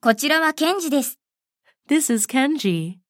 こちらはケンジです。 This is Kenji.